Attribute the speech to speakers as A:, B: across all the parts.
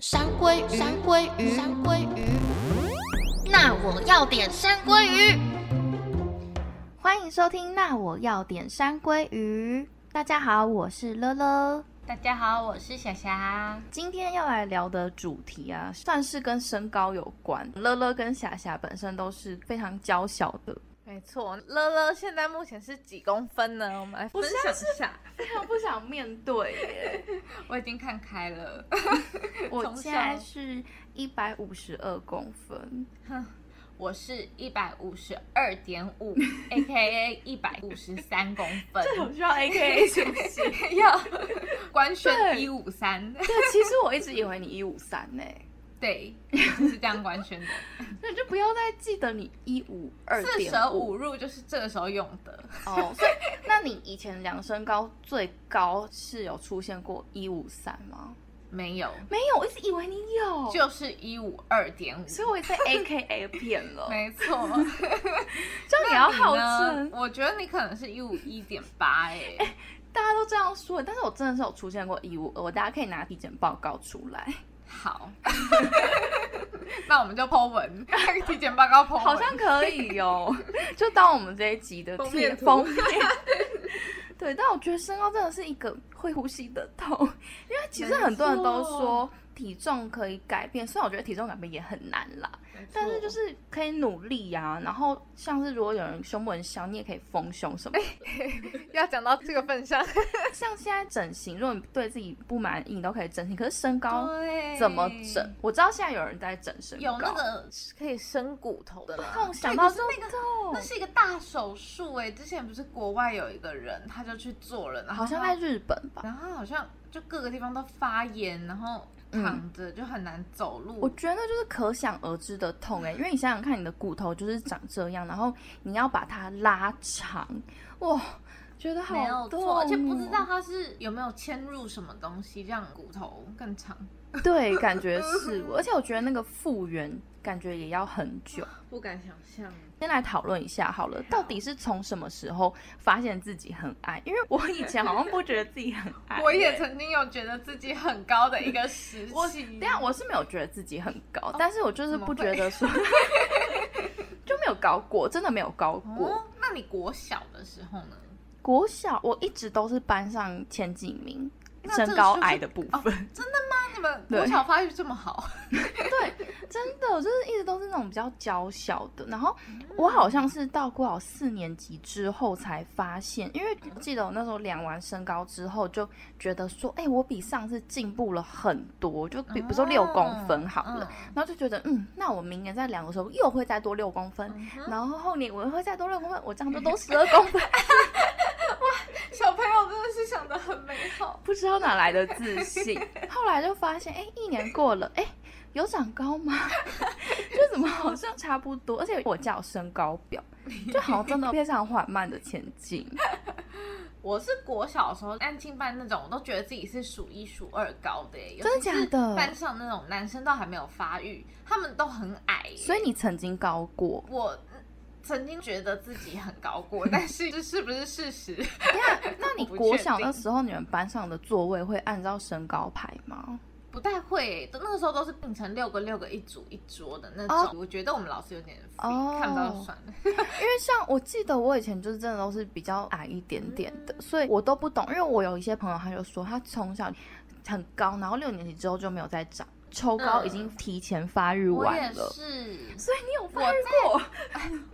A: 山鲑鱼，山鲑鱼，山鲑鱼。那我要点山鲑鱼。
B: 欢迎收听《那我要点山鲑鱼》。大家好，我是乐乐。
C: 大家好，我是小霞。
B: 今天要来聊的主题啊，算是跟身高有关。乐乐跟霞霞本身都是非常娇小的，
C: 没错，乐乐现在目前是几公分呢？我们来分享一下。
B: 非常啊不想面对耶。
C: 我已经看开了，
B: 我
C: 从小
B: 现在是一百五十二公分，
C: 我是一百五十二点五，A K A 一百五十三公分，
B: 需要 A K A 什么？
C: 要 官宣
B: 对
C: 一五三，
B: 对，其实我一直以为你一五三呢，
C: 对，就是这样官宣的。
B: 那你就不要再记得你一五二
C: 四
B: 点
C: 舍
B: 五
C: 五入就是这个时候用的，
B: 哦，所以那你以前量身高最高是有出现过一五三吗？
C: 没有，
B: 没有，我一直以为你有，
C: 就是一五二点五。
B: 哦所以我也 被 A K A 骗了。
C: 没错，
B: 这样也要号
C: 那你
B: 称
C: 呢，我觉得你可能是一五一点八哎，
B: 大家都这样说，但是我真的是有出现过一五二，我大家可以拿体检报告出来，
C: 好， 那我们就 Po 文， 那个体检报告 Po 文。
B: 好像可以 哦，就当我们这一集的
C: 封
B: 贴
C: 面图
B: 封面。对，但我觉得身高真的是一个会呼吸的痛，因为其实
C: 没
B: 很多人都
C: 错
B: 说体重可以改变，虽然我觉得体重改变也很难啦，
C: 没错，
B: 但是就是可以努力呀、然后像是如果有人胸部很小，你也可以丰胸
C: 哎
B: 什么的。
C: 要讲到这个 份上，
B: 像现在整形，如果你对自己不满意，你都可以整形。可是身高
C: 对
B: 怎么整？？我知道现在有人在整身高，
C: 有那个可以伸骨头的啦
B: 痛，想到就
C: 对可是那个那
B: 痛。
C: 是一个大手术哎、之前不是国外有一个人，他就去做了，然后
B: 好像
C: 他
B: 在日本吧，
C: 然后他好像就各个地方都发炎，然后躺着就很难走路。
B: 嗯我觉得就是可想而知的痛哎、因为你想想看，你的骨头就是长这样，然后你要把它拉长，哇，觉得
C: 没
B: 好
C: 有
B: 痛、哦
C: 错，而且不知道。他是有没有嵌入什么东西，让骨头更长。
B: 哦对，感觉是，而且我觉得那个复原感觉也要很久。
C: 不敢想象。
B: 先来讨论一下好了，到底是从什么时候发现自己很矮？因为我以前好像不觉得自己很矮，
C: 我也曾经有觉得自己很高的一个时期。
B: 我等一下我是没有觉得自己很高，
C: 哦
B: 但是我就是不觉得 说， 就没有高过，真的没有高过。
C: 哦，那你国小的时候呢？
B: 国小我一直都是班上前几名，
C: 那这
B: 身高矮的部分，
C: 哦那你们
B: 对
C: 国小发育这么好？
B: 真的就是一直都是那种比较娇小的。然后
C: 嗯
B: 我好像是到国小四年级之后才发现，因为我记得我那时候量完身高之后就觉得说，哎、我比上次进步了很多，就比比如说六公分好了，然后就觉得，嗯，那我明年再量的时候又会再多六公分。
C: 嗯哼
B: 然后后年我又会再多六公分，我这样就都十二公分，
C: 小朋友真的是想的很美好。
B: 不知道哪来的自 信。后来就发现，哎、一年过了，哎、有长高吗？ 就怎么好像差不多，而且我家有身高表，就好像真的非常缓慢的前 进。
C: 我是国小的时候安亲班那种，我都觉得自己是数一数二高的耶，
B: 真的假的
C: 尤其是班上那种男生都还没有发育，他们都很矮耶，
B: 所以你曾经高过，
C: 我。曾经觉得自己很高过， 但是这是不是事实？
B: 那你
C: 我不
B: 国
C: 确
B: 小
C: 定
B: 那时候你们班上的座位会按照身高排吗？
C: 不太会耶，那个时候都是并成六个六个一组一桌的那种。
B: 哦
C: 我觉得我们老师有点废
B: 哦
C: 看不到就算了。
B: 因为像我记得我以前就是真的都是比较矮一点点的，所以我都不懂。因为我有一些朋友他就说他从小很高，然后六年级之后就没有再长，抽高已经提前发育
C: 我
B: 完
C: 也
B: 了。
C: 是，
B: 所以你有发育过？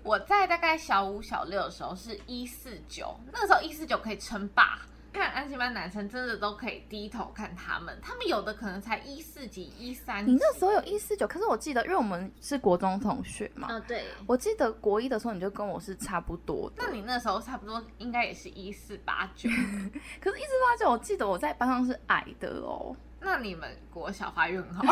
C: 我在大概小五小六的时候是一四九，那个时候一四九可以称霸。看安心班男生真的都可以低头看他们，他们有的可能才一四几、一三。
B: 你那时候有一四九，可是我记得，因为我们是国中同学嘛，
C: 啊、对。
B: 我记得国一的时候你就跟我是差不多的
C: 那。你那时候差不多应该也是一四八 九，
B: 可是，一四八九，我记得我在班上是矮的哦。
C: 那你们国小发育很好，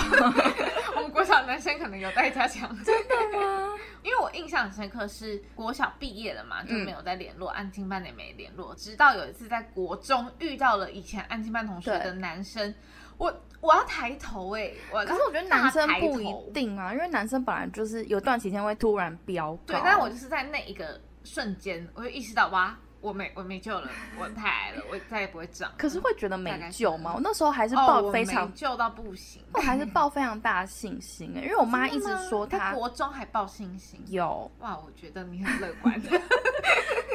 C: 我们国小男生可能有待加强。 因为我印象很深刻是国小毕业了
B: 嗯
C: 嘛，就没有再联络，安亲班也没联络，直到有一次在国中遇到了以前安亲班同学
B: 对
C: 的男生，我我要抬头哎、我要
B: 可是我觉得男生
C: 大抬头
B: 不一定啊，因为男生本来就是有段期间会突然飙高。
C: 对，但我就是在那一个瞬间，我就意识到哇，我没我没救了， 我太矮了，我再也不会长了。
B: 可是会觉得
C: 大
B: 没
C: 概
B: 救吗？我那时候还是
C: 哦，
B: 抱
C: 我
B: 非
C: 没
B: 常，
C: 救到不行。
B: 我还是抱非常大的信心欸因为我妈一直说
C: 他
B: 她
C: 国中还抱信心，
B: 有，
C: 哇，我觉得你很乐观。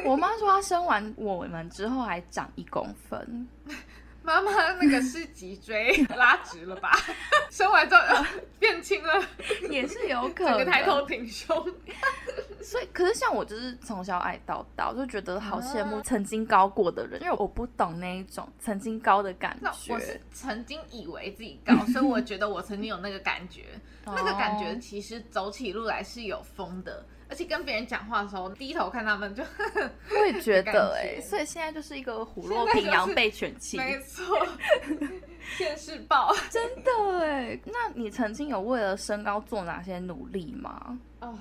B: 我妈说她生完我们之后还长一公分，
C: 妈妈那个是脊椎拉直了吧？生完之后、呃变轻了，
B: 也是有可
C: 整
B: 能。
C: 个抬头挺胸。
B: 所以，可是像我就是从小矮到大，我就觉得好羡慕
C: 啊
B: 曾经高过的人，因为我不懂那一种曾经高的感
C: 那我是
B: 觉。
C: 曾经以为自己高，所以我觉得我曾经有那个感觉。那个感觉
B: 哦
C: 其实走起路来是有风的，而且跟别人讲话的时候，低头看他们就
B: 我也觉得
C: 感
B: 哎、
C: 觉
B: 所以现在就是一个虎
C: 现
B: 落
C: 在
B: 平
C: 就
B: 阳
C: 是
B: 被犬欺，
C: 没错，现世报。
B: 真的哎。那你曾经有为了身高做哪些努力吗？
C: 哦，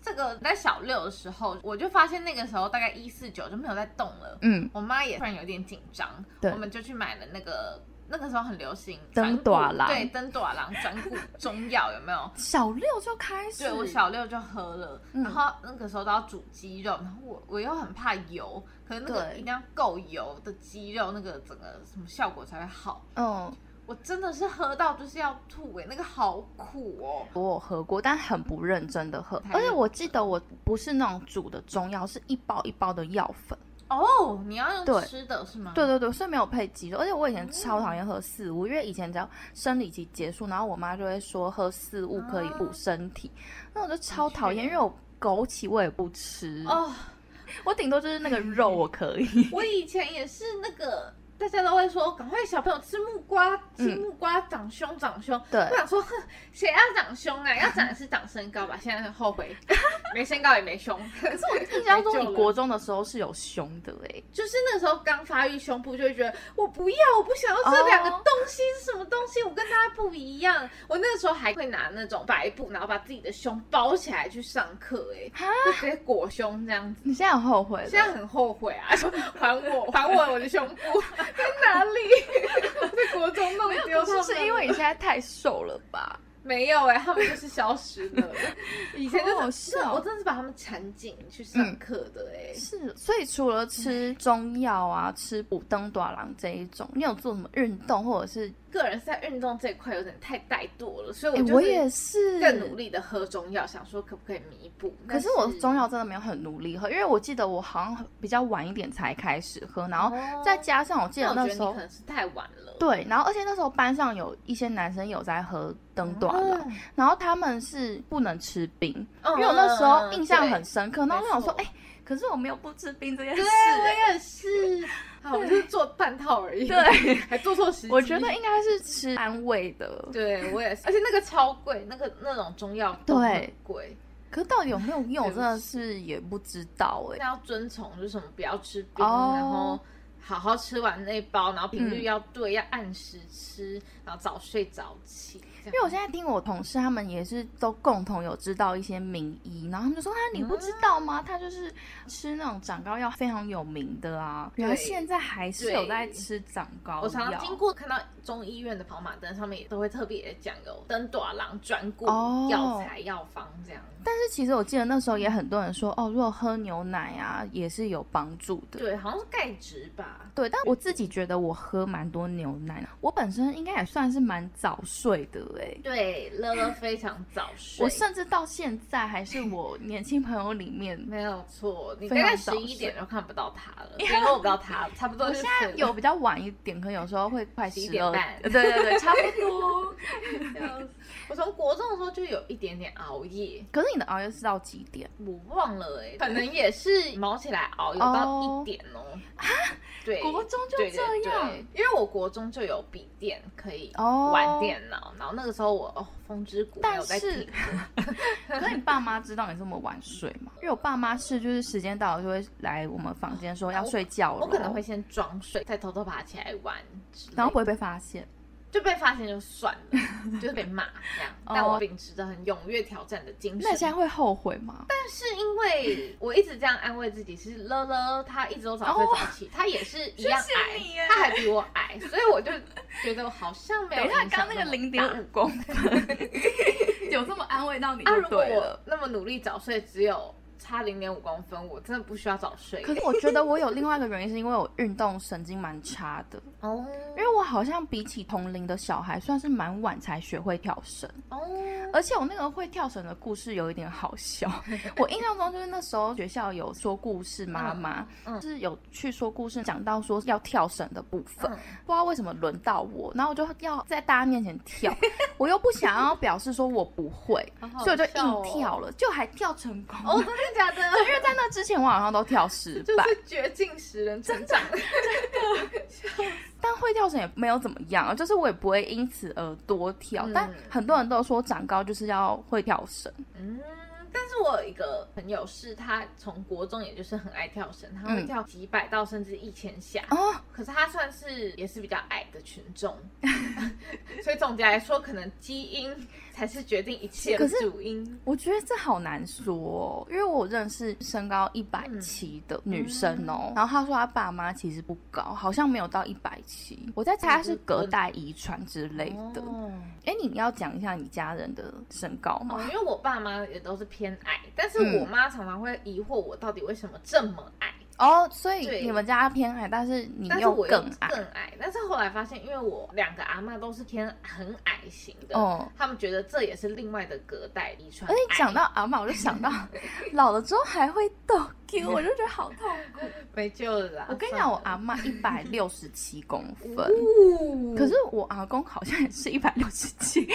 C: 这个在小六的时候，我就发现那个时候大概一四九就没有在动了。
B: 嗯，
C: 我妈也突然有点紧张，
B: 对
C: 我们就去买了那个那个时候很流行
B: 灯
C: 转骨
B: 短郎
C: 对，灯短郎转骨中药有没有？
B: 小六就开始，
C: 对我小六就喝了，
B: 嗯
C: 然后那个时候都要煮鸡肉，然后我我又很怕油，可是那个
B: 对
C: 一定要够油的鸡肉，那个整个什么效果才会好。
B: 嗯，
C: 我真的是喝到就是要吐哎、那个好苦哦。
B: 我有喝过，但很不认真的喝，
C: 太
B: 而且
C: 认
B: 我记得我不是那种煮的中药，是一包一包的药粉。
C: 哦，你要
B: 对
C: 用吃的是吗？
B: 对对对，所以没有配鸡肉，而且我以前超讨厌喝四物，因为以前只要生理期结束，然后我妈就会说喝四物可以补身体，
C: 啊
B: 那我就超讨厌，因为我枸杞我也不吃，
C: 哦，
B: 我顶多就是那个肉我可 以，
C: 我以前也是那个，大家都会说赶快小朋友吃木瓜，吃
B: 嗯
C: 木瓜长胸长胸。
B: 对
C: 我想说，哼谁要长胸 啊？要长的是长身高吧？现在很后悔，没身高也没胸。可是我
B: 印象中你国中的时候是有胸的哎、欸，
C: 就是那时候刚发育胸部，就会觉得我不要，我不想要这两个
B: 哦
C: 东西是什么东西？我跟大家不一样。我那个时候还会拿那种白布，然后把自己的胸包起来去上课、欸，
B: 哈
C: 就直接裹胸这样子。
B: 你现在很后悔
C: 现在
B: 了。
C: 很后悔 啊，说还我，还我我的胸部 在哪里？ 我在国中弄丢
B: 不
C: 上面了，
B: 是因为你现在太瘦了吧？
C: 没有哎、他们就是消失 了。以前
B: 好好
C: 就是
B: 笑
C: 真的我真的是把他们缠紧去上课的哎、
B: 是，所以除了吃中药啊、吃补灯短郎这一种，你有做什么运动或者是？
C: 个人是在运动这一块有点太怠惰了，所以
B: 哎、
C: 我呃就
B: 我也是
C: 更努力的喝中药，想说可不可以弥补。
B: 可是
C: 但
B: 我中药真的没有很努力喝，因为我记得我好像比较晚一点才开始喝，然后
C: 哦
B: 再加上我记得
C: 那
B: 那
C: 我觉
B: 时
C: 得你
B: 候
C: 可能是太晚了。
B: 对，然后而且那时候班上有一些男生有在喝灯短了，
C: 嗯，
B: 然后他们是不能吃冰，
C: 嗯
B: 因为我那时候印象很
C: 对
B: 深刻，然后我想说，
C: 没
B: 哎、
C: 错
B: 可是我没有不吃冰这件事
C: 对，。我也是，好，我就是做半套而已，
B: 对，
C: 还做错时机。
B: 我觉得应该是吃安慰的，
C: 对我也是，而且那个超贵，那个那种中药都
B: 对
C: 很贵，
B: 可是到底有没有用，我
C: 对不
B: 真的是也不知道哎、
C: 那要遵从就是什么不要吃冰，
B: 哦
C: 然后好好吃完那一包，然后频
B: 嗯
C: 率要对，要按时吃，然后早睡早起。因
B: 因为我现在听我同事他们也是都共同有知道一些名医，然后他们就说啊，你不知道吗？他就是吃那种长高药非常有名的啊，
C: 对
B: 原来现在还是有在吃长高药。
C: 我常常经过看到中医院的跑马灯上面也都会特别讲有灯短郎转骨
B: 哦
C: 药材药方这样，
B: 但是其实我记得那时候也很多人说哦，如果喝牛奶啊也是有帮助的。
C: 对，好像是钙质吧。
B: 对，但我自己觉得我喝蛮多牛奶，我本身应该也算是蛮早睡的哎、
C: 对，乐乐非常早睡，
B: 我甚至到现在还是我年轻朋友里 面
C: 没有错，你大
B: 非
C: 概
B: 常
C: 十
B: 早
C: 一点就看不到他 了，
B: 因为
C: 联络不到他了，差不多
B: 我
C: 是
B: 现在有比较晚一点，可能有时候会快
C: 11
B: 十
C: 点
B: 二
C: 半
B: 对对对，差不 多。
C: 我从国中的时候就有一点点熬夜，
B: 可是你的熬夜是到几点？
C: 我忘了哎、可能也是毛起来熬，有到
B: 哦
C: 一点哦。啊，对，
B: 国中就
C: 对
B: 这
C: 对
B: 样
C: 对因为我国中就有笔电可以
B: 哦
C: 玩电脑，然后那个时候我哦风之谷没
B: 但
C: 有在
B: 是
C: 听，
B: 可是你爸妈知道你这么晚睡吗？因为我爸妈是就是时间到了就会来我们房间说要睡觉了，
C: 哦我可能会，先装睡，再偷偷爬起来玩之类的，
B: 然后不会被发现。
C: 就被发现就算了， 就是被骂这样。但
B: 哦
C: 我秉持着很踊跃挑战的精神，
B: 那你现在会后悔吗？
C: 是因为我一直这样安慰自己，是乐乐他一直都早睡早起，他也是一样
B: 哦谢谢你
C: 矮
B: 耶，
C: 他还比我矮，所以我就觉得我好像没有
B: 等一
C: 影
B: 下，
C: 响
B: 刚那个
C: 么
B: 零点
C: 大
B: 五公 分，有这么安慰到你
C: 啊，
B: 就
C: 如果
B: 对
C: 我
B: 了。
C: 那么努力早睡，只有差零点五公分，我真的不需要早睡。
B: 可是我觉得我有另外一个原因，是因为我运动神经蛮差的，
C: 哦
B: 因为我好像比起同龄的小孩，算是蛮晚才学会跳绳。
C: 哦，
B: 而且我那个会跳绳的故事有一点好 笑，我印象中就是那时候学校有说故事妈妈，
C: 嗯嗯
B: 就是有去说故事，讲到说要跳绳的部分，
C: 嗯
B: 不知道为什么轮到我，然后我就要在大家面前跳，我又不想要表示说我不会，
C: 好好
B: 所以我就
C: 笑哦
B: 硬跳了，就还跳成功。
C: 哦，真的假 的？
B: 因为在那之前我好像都跳失
C: 就
B: 败，
C: 是绝境使人成长。
B: 但会跳绳也没有怎么样，就是我也不会因此而多跳。
C: 嗯
B: 但很多人都说长高就是要会跳绳，
C: 嗯，但是我有一个朋友是他从国中也就是很爱跳绳，他会
B: 嗯
C: 跳几百到甚至一千下。
B: 哦，
C: 可是他算是也是比较矮的群众， 所以总结来说，可能基因才是决定一切的
B: 可是
C: 主因。
B: 我觉得这好难说、哦，因为我认识身高一百
C: 嗯
B: 七的女生哦，然后她说她爸妈其实不高，好像没有到一百七，我在猜她是隔代遗传之类的。
C: 嗯哦
B: 哎、你要讲一下你家人的身高
C: 哦，
B: 吗？
C: 因为我爸妈也都是偏矮，但是
B: 嗯
C: 我妈常常会疑惑我到底为什么这么矮，
B: 哦，所
C: 对
B: 以你们家偏矮，但是你
C: 但是
B: 又
C: 我又
B: 更矮
C: 更矮。但是后来发现，因为我两个阿妈都是偏很矮型的，
B: 哦。哎
C: 他们觉得这也是另外的隔代遗传
B: 而
C: 矮。
B: 且讲到阿嬷，我就想 到老了之后还会抖 Q，我就觉得好痛苦。
C: 没救了哦啦，
B: 我跟你
C: 算
B: 讲，我阿嬷一百六十七公分，
C: 了，
B: 可是我阿公好像也是一百六十 七。。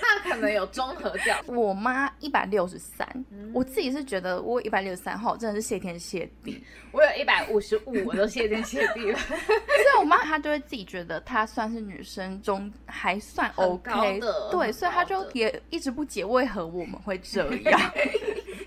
C: 那可能有综合掉
B: 我妈一百六十三
C: 嗯，
B: 我自己是觉得我一百六十三号真的是谢天谢地，
C: 我有一百五十五，我都谢天谢 地了。
B: 所以我妈她就会自己觉得她算是女生中还算
C: 很高
B: OK
C: 的很
B: 对，所以她
C: 高
B: 就
C: 的
B: 也一直不解为何我们会这样。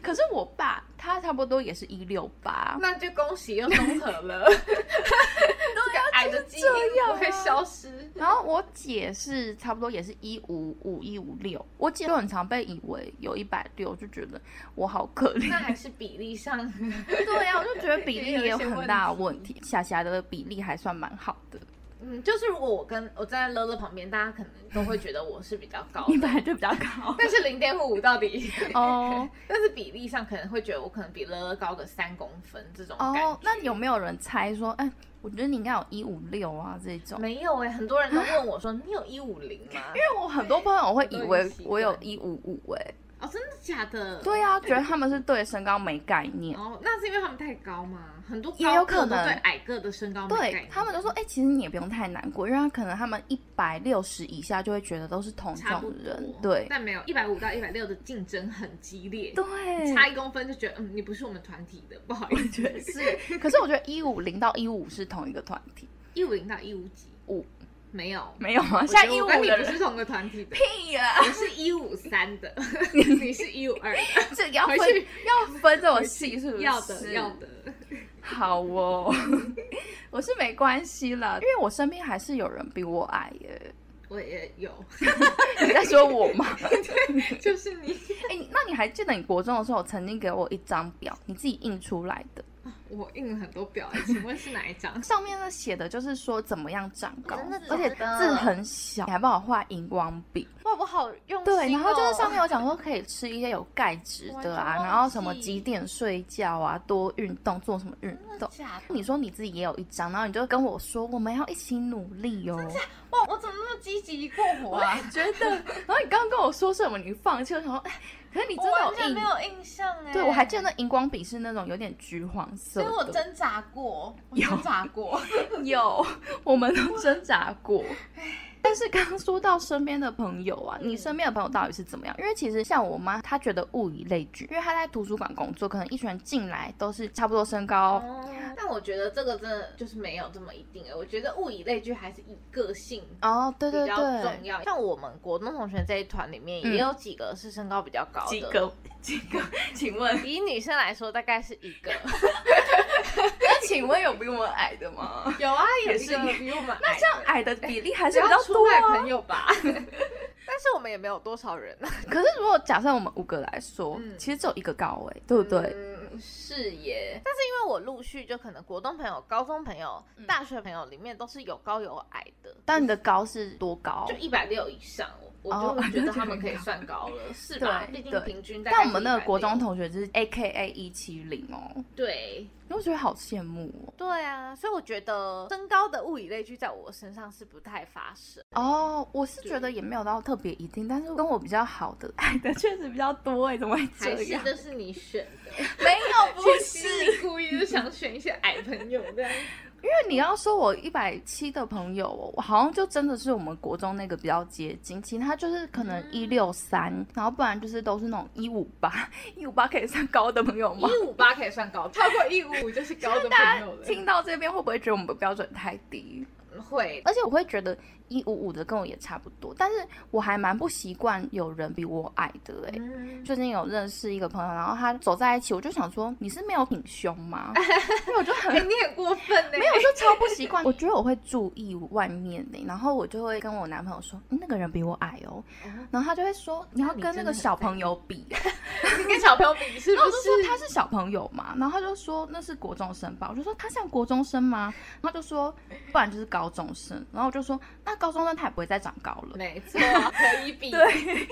B: 可是我爸他差不多也是一六八，
C: 那就恭喜又综合了，
B: 啊
C: 这个矮的基因不会消失。
B: 然后我姐是差不多也是一五五一五六，我姐就很常被以为有一百六，就觉得我好可怜
C: 那。还是比例上，
B: 对啊呀、我就觉得比例
C: 也有一
B: 也有
C: 些
B: 很
C: 问
B: 大的
C: 题
B: 问题。霞霞的比例还算蛮好的，
C: 嗯，就是如果我跟我站在乐乐旁边，大家可能都会觉得我是比较高
B: 你
C: 的，
B: 本来就比较高
C: 但是零点五到底，
B: 哦
C: 但是比例上可能会觉得我可能比乐乐高个三公分这种感觉。
B: 哦，那有没有人猜说，哎，我觉得你应该有一五六啊这种？
C: 没有哎、很多人都
B: 啊
C: 问我说：“你有一五零吗
B: 因为我很多朋友会以
C: 很多人
B: 为
C: 习惯
B: 我有一五五，哎，？”
C: 哦，真的假的？
B: 对啊，觉得他们是对身高没概念，
C: 哦，那是因为他们太高吗？很多高
B: 也有
C: 个
B: 可
C: 都
B: 能
C: 对矮个的身高没概
B: 对
C: 念
B: 他们就说，哎，其实你也不用太难过，因为可能他们一百六十以下就会觉得都是同
C: 差不
B: 种
C: 多
B: 人，对
C: 但没有一百五到一百六的竞争很激烈，
B: 对，
C: 差一公分就觉得嗯，你不是我们团体的，不好意思，
B: 是。可是我觉得一五零到一五是同一个团体，
C: 一五零到一五几
B: 五
C: 没有，
B: 没有啊？
C: 我
B: 现
C: 觉
B: 在
C: 得
B: 一五
C: 我跟你
B: 的
C: 不
B: 人
C: 是同个团 体的，
B: 屁啊呀、
C: 我是一五三 的，你是一五二的，
B: 这个要
C: 回
B: 分
C: 去
B: 要分这么细是不是？
C: 要的要的，
B: 好哦， 我是没关系啦，因为我身边还是有人比我矮耶。
C: 我也 有，
B: 你在说我吗？
C: 就是你，
B: 哎、那你还记得你国中的时候曾经给我一张表，你自己印出来的，
C: 我印了很多表，哎请问是哪一张？
B: 上面呢写的就是说怎么样长高，
A: 真的假的
B: 而且字很小，你还帮我画荧光笔。
C: 哇，我好用心、哦。
B: 对，然后就是上面有讲说可以吃一些有钙质的啊，
C: 我完全忘记
B: 然后什么几点睡觉啊，多运动，做什么运动。
A: 假的？
B: 你说你自己也有一张，然后你就跟我说我们要一起努力哦。
C: 哇，我怎么那么积极过活啊？
B: 觉得，然后你刚刚跟我说什么？你放弃了，我想说，哎，可是你真
C: 我完
B: 的
C: 全
B: 有
C: 没
B: 印，
C: 有印象哎、
B: 对我还记得那荧光笔是那种有点橘黄色
C: 所以我
B: 的，
C: 挣扎过，我挣扎过。
B: 有，我们都挣扎过。但是刚刚说到身边的朋友
C: 嗯
B: 啊，你身边的朋友到底是怎么样？因为其实像我妈，她觉得物以类聚，因为她在图书馆工作，可能一群人进来都是差不多身高，
C: 但哦我觉得这个真的就是没有这么一定哎、我觉得物以类聚还是以个性
B: 哦，对
C: 比
B: 对
C: 较重
B: 对，
C: 要。像我们国中同学这一团里面，
B: 嗯
C: 也有几个是身高比较高的，
B: 几个，请问
C: 以女生来说大概是一 个，
B: 那请问有比我们矮的 吗？
C: 有啊，有
B: 也
C: 一
B: 是
C: 个比我们
B: 那
C: 矮
B: 这样
C: 的
B: 矮的比例还
C: 只
B: 是比
C: 要
B: 较
C: 出
B: 多
C: 卖
B: 啊。
C: 朋友 吧。但是我们也没有多少人，啊
B: 可是如果假设我们五个来说，
C: 嗯
B: 其实只有一个高哎、对不对？
C: 嗯，是耶。但是因为我陆续就可能国中朋友、高中朋友、
B: 嗯
C: 大学朋友里面都是有高有矮的，
B: 但你的高是多高
C: 就？一百六以上。我我
B: 哦
C: 就会 觉得他们可以算高了，是吧？
B: 对
C: 毕竟
B: 对
C: 平均大概
B: 但我们那个
C: 160
B: 国中同学就是 A K A 一七零哦，
C: 对
B: 因为我觉得好羡慕哦。
C: 对啊，所以我觉得身高的物以类聚在我身上是不太发生。
B: 哦，我是觉得也没有到特别一定，但是跟我比较好的爱的确实比较多哎，怎么会这
C: 还是
B: 样？
C: 这是你 选的，
B: 没有，不
C: 其实
B: 是，
C: 你故意就想选一些矮朋友 这样。
B: 因为你要说我一百七的朋友哦，我好像就真的是我们国中那个比较接近，其他就是可能一六三，然后不然就是都是那种一五八，一五八可以算高的朋友吗？
C: 一五八可以算高，超过一五五就是高的
B: 大
C: 朋
B: 家
C: 友了。嗯
B: 听到这边会不会觉得我们的标准太低？
C: 会，
B: 而且我会觉得一五五的跟我也差不多，但是我还蛮不习惯有人比我矮的哎、
C: 嗯，
B: 最近有认识一个朋友，然后他走在一起，我就想说你是没有挺胸 吗？因为我就很
C: 哎、你很过分 呢、
B: 没有，我就超不习惯。我觉得我会注意外面的、然后我就会跟我男朋友说，嗯那个人比我矮哦，
C: 哦
B: 然后他就会说你要
C: 那你
B: 跟那
C: 真的
B: 个
C: 很
B: 小
C: 在
B: 朋友比，
C: 你跟小朋友比是
B: 然后
C: 不
B: 我就说他
C: 是？
B: 是小朋友嘛，然后他就说那是国中生吧，我就说他像国中生吗？然后他就说不然就是高中生，然后我就说那高中生他也不会再长高了。
C: 没 错，可以比。
B: 对，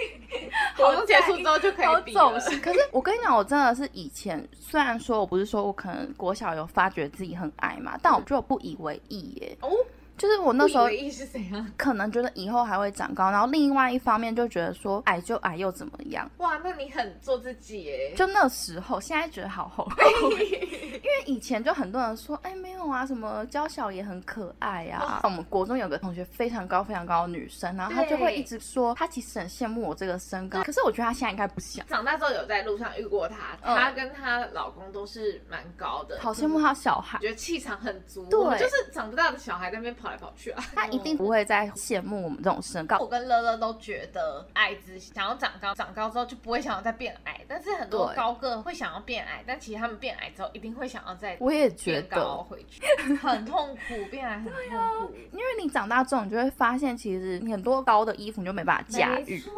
C: 活动结束之后就可
B: 好
C: 以比了
B: 走。 心。可是我跟你讲，我真的是以前虽然说我不是说我可能国小有发觉自己很矮嘛，但我觉得我不以为意耶。
C: 哦，
B: 就是我那时候
C: 嗯不以为意是怎样？
B: 可能觉得以后还会长高，然后另外一方面就觉得说矮就矮又怎么样？
C: 哇，那你很做自己耶。
B: 就那时候，现在觉得好后悔， 因为以前就很多人说，哎，没有啊，什么娇小也很可爱啊。
C: 哦
B: 我们国中有个同学非常高非常高的女生，然后她就会
C: 对
B: 一直说，她其实很羡慕我这个身高，可是我觉得她现在应该不想，
C: 长大之后有在路上遇过她，
B: 嗯
C: 她跟她老公都是蛮高的，
B: 好羡慕她小孩
C: 我。觉得气场很足。
B: 对
C: 我们就是长不大的小孩在那边跑来跑去啊。
B: 她一定不会再羡慕我们这种身高
C: 我，跟乐乐都觉得矮子想要长高，长高之后就不会想要再变矮，但是很多
B: 对
C: 高个会想要变矮，但其实他们变矮之后一定会想要再
B: 我也觉
C: 变高
B: 得，啊
C: 回去，很痛苦，变矮很痛苦。
B: 因为你长大之后，你就会发现，其实你很多高的衣服你就没办法驾
C: 没
B: 驭。
C: 错，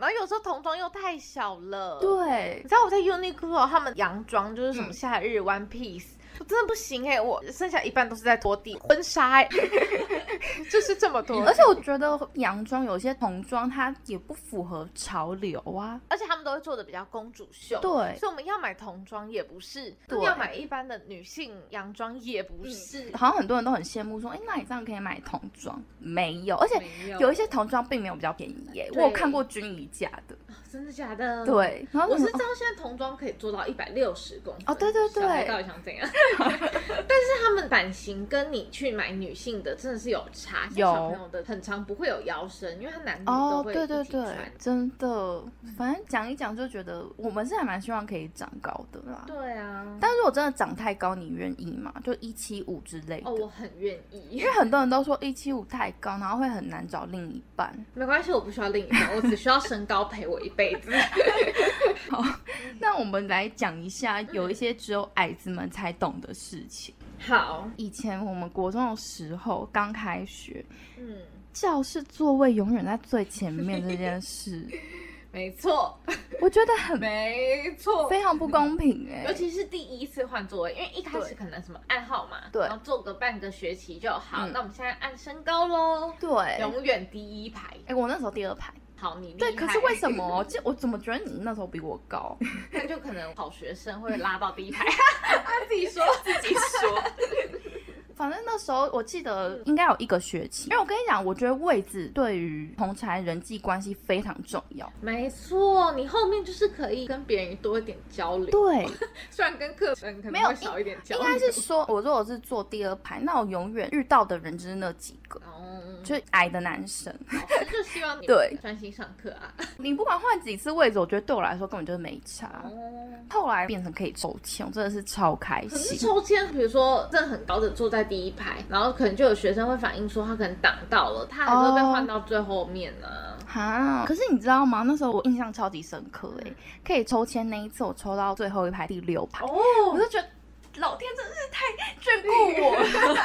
C: 然后有时候童装又太小了。，
B: 对
C: 你，知道我在 Uniqlo 哦他们洋装就是什么
B: 嗯
C: 夏日 One Piece，、我真的不行哎、我剩下一半都是在拖地婚纱、欸， 就是这么多。
B: 而且我觉得洋装有些童装它也不符合潮流啊。
C: 而且他们都会做的比较公主秀，
B: 对
C: 所以我们要买童装也不是，
B: 对
C: 要买一般的女性洋装也不是，
B: 好像很多人都很羡慕说，哎、那你这样可以买童装？没有，嗯而且
C: 没有
B: 有一些童装并没有比较便宜耶。我
C: 对
B: 有看过军衣价的，
C: 真的假的？，
B: 对，然后
C: 我
B: 就是说
C: 知道现在童装可以做到一百六十公分
B: 哦对对对
C: 小孩到底想怎样？ 但是他们版型跟你去买女性的真的是有差，像
B: 有
C: 小朋友的很长不会有腰身，因为他男女
B: 哦
C: 都
B: 哦，
C: 会
B: 对对
C: 一起
B: 对
C: 穿，。
B: 真的，反正讲一讲就觉得我们是还蛮希望可以长高的啦。
C: 对啊，
B: 但是我真的长太高，你愿意吗？就一七五之类的。
C: 哦，我很愿意
B: 因。为很多人都说一七五太高，然后会很难找另一半。
C: 没关系，我不需要另一半，我只需要身高陪我一辈子。 嗯
B: 那我们来讲一下有一些只有矮子们才懂的事情。
C: 好，
B: 以前我们国中的时候，刚开学，
C: 嗯，
B: 教室座位永远在最前面这件 事，
C: 没错，
B: 我觉得很
C: 没错，
B: 非常不公平哎、
C: 尤其是第一次换座位，因为一开始
B: 对
C: 可能什么按号码，
B: 对
C: 然后坐个半个学期就好。
B: 嗯
C: 那我们现在按身高喽，
B: 对，哎、
C: 永远第一排。
B: 我那时候第二排。
C: 好，你厉害
B: 对，可是为什？么？就我怎么觉得你那时候比我高？
C: 那就可能好学生会拉到第一 排，
B: 啊
C: 他自己说自己说，
B: 反正那时候我记得应该有一个学期，因为我跟你讲，我觉得位置对于同才人际关系非常重要。
C: 没错，你后面就是可以跟别人多一点交流，
B: 对，
C: 虽然跟课程可
B: 没
C: 能
B: 有
C: 会少一点交
B: 应
C: 流，
B: 该是说，我如果是坐第二排，那我永远遇到的人就是那几个，
C: 哦，
B: 就是矮的男生。
C: 老师就希望你
B: 对
C: 专心上课 啊。
B: 你不管换几次位置，我觉得对我来说根本就是没差。
C: 哦，
B: 后来变成可以抽签，我真的是超开
C: 可是
B: 心。
C: 抽签，比如说真的很高的坐在第一排，然后可能就有学生会反映说他可能挡到了，他还是
B: 哦
C: 会被换到最后面啊呢、
B: 哈，可是你知道吗？那时候我印象超级深刻、欸，
C: 嗯
B: 可以抽签那一次，我抽到最后一排第六排，我
C: 哦，
B: 就觉得老天真的是太眷顾我了，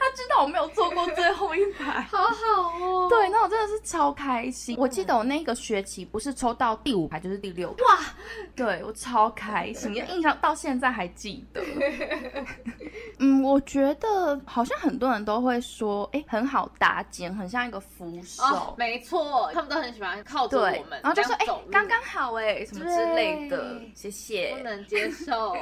B: 他知道我没有坐过最后一排。
C: 好好哦。
B: 对，那我真的是超开心。我记得我那个学期不是抽到第五排就是第六排，哇，对我超开心，印象到现在还记得。嗯，我觉得好像很多人都会说，哎，很好搭肩，很像一个扶手。
C: 哦，没错，他们都很喜欢靠着
B: 对
C: 我们，，
B: 然后就说
C: 哎
B: 哎、，刚刚好哎、什么之类的
A: 对，
B: 谢
C: 不
B: 谢。
C: 能 接受。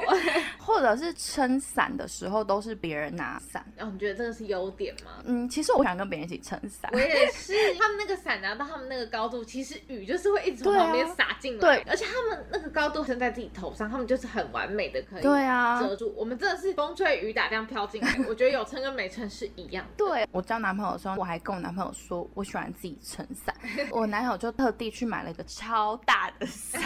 B: 或者是撑伞的时候都是别人拿伞，
C: 哦，你觉得这个是优点吗？
B: 嗯，其实我想跟别人一起撑伞
C: 我，也是，他们那个伞拿到他们那个高度，其实雨就是会一直从
B: 对啊
C: 旁边洒进来，
B: 对
C: 而且他们那个高度撑在自己头上，他们就是很完美的可以
B: 对啊
C: 遮住。我们真的是风吹雨打这样飘进 来，我觉得有撑跟没撑是一样的。
B: 对我交男朋友的时候，我还跟我男朋友说我喜欢自己撑伞， 我男友就特地去买了一个超大的 伞，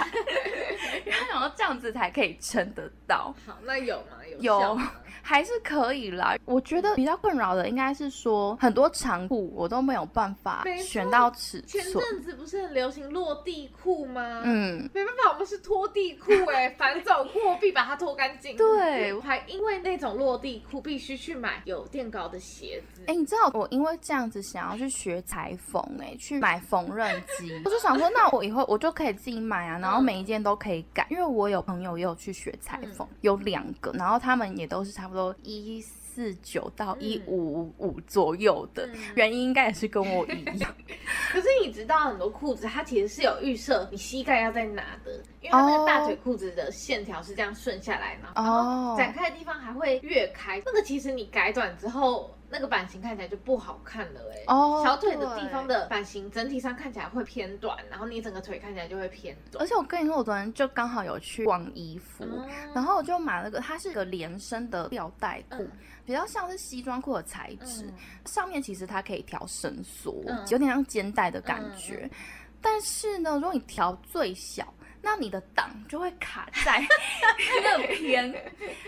B: 然后想说这样子才可以撑得到，
C: 好，那有吗？有
B: 有
C: 效吗
B: 还是可以啦。我觉得比较困扰的应该是说很多长裤我都没有办法
C: 没错
B: 选到尺
C: 前
B: 寸，
C: 阵子不是很流行落地裤吗？。
B: 嗯，
C: 没办法，我们是拖地裤哎、 反走货必把它拖干净。
B: 对
C: 我还因为那种落地裤必须去买有垫高的鞋子。
B: 哎、你知道我因为这样子想要去学裁缝、哎，去买缝纫机，我就想说，那我以后我就可以自己买啊，
C: 嗯
B: 然后每一件都可以改，因为我有朋友也有去学裁缝，有两个，然后他们也都是差不多一四九到一五五左右的，
C: 嗯
B: 原因应该也是跟我一样，
C: 可是你知道，很多裤子它其实是有预设你膝盖要在哪的，因为它那
B: 哦
C: 个大腿裤子的线条是这样顺下来嘛，然
B: 哦
C: 后展开的地方还会越开。那个其实你改短之后，那个版型看起来就不好看了哎、
B: 哦
C: 小腿的
B: 对
C: 地方的版型整体上看起来会偏短，然后你整个腿看起来就会偏短
B: 而。且我跟你说，我昨天就刚好有去逛衣服，
C: 嗯
B: 然后我就买了个，它是个连身的吊带裤，
C: 嗯
B: 比较像是西装裤的材质，
C: 嗯
B: 上面其实它可以调伸缩，
C: 嗯
B: 有点像肩带的感觉。但是呢，如果你调最小，那你的档就会卡在那边，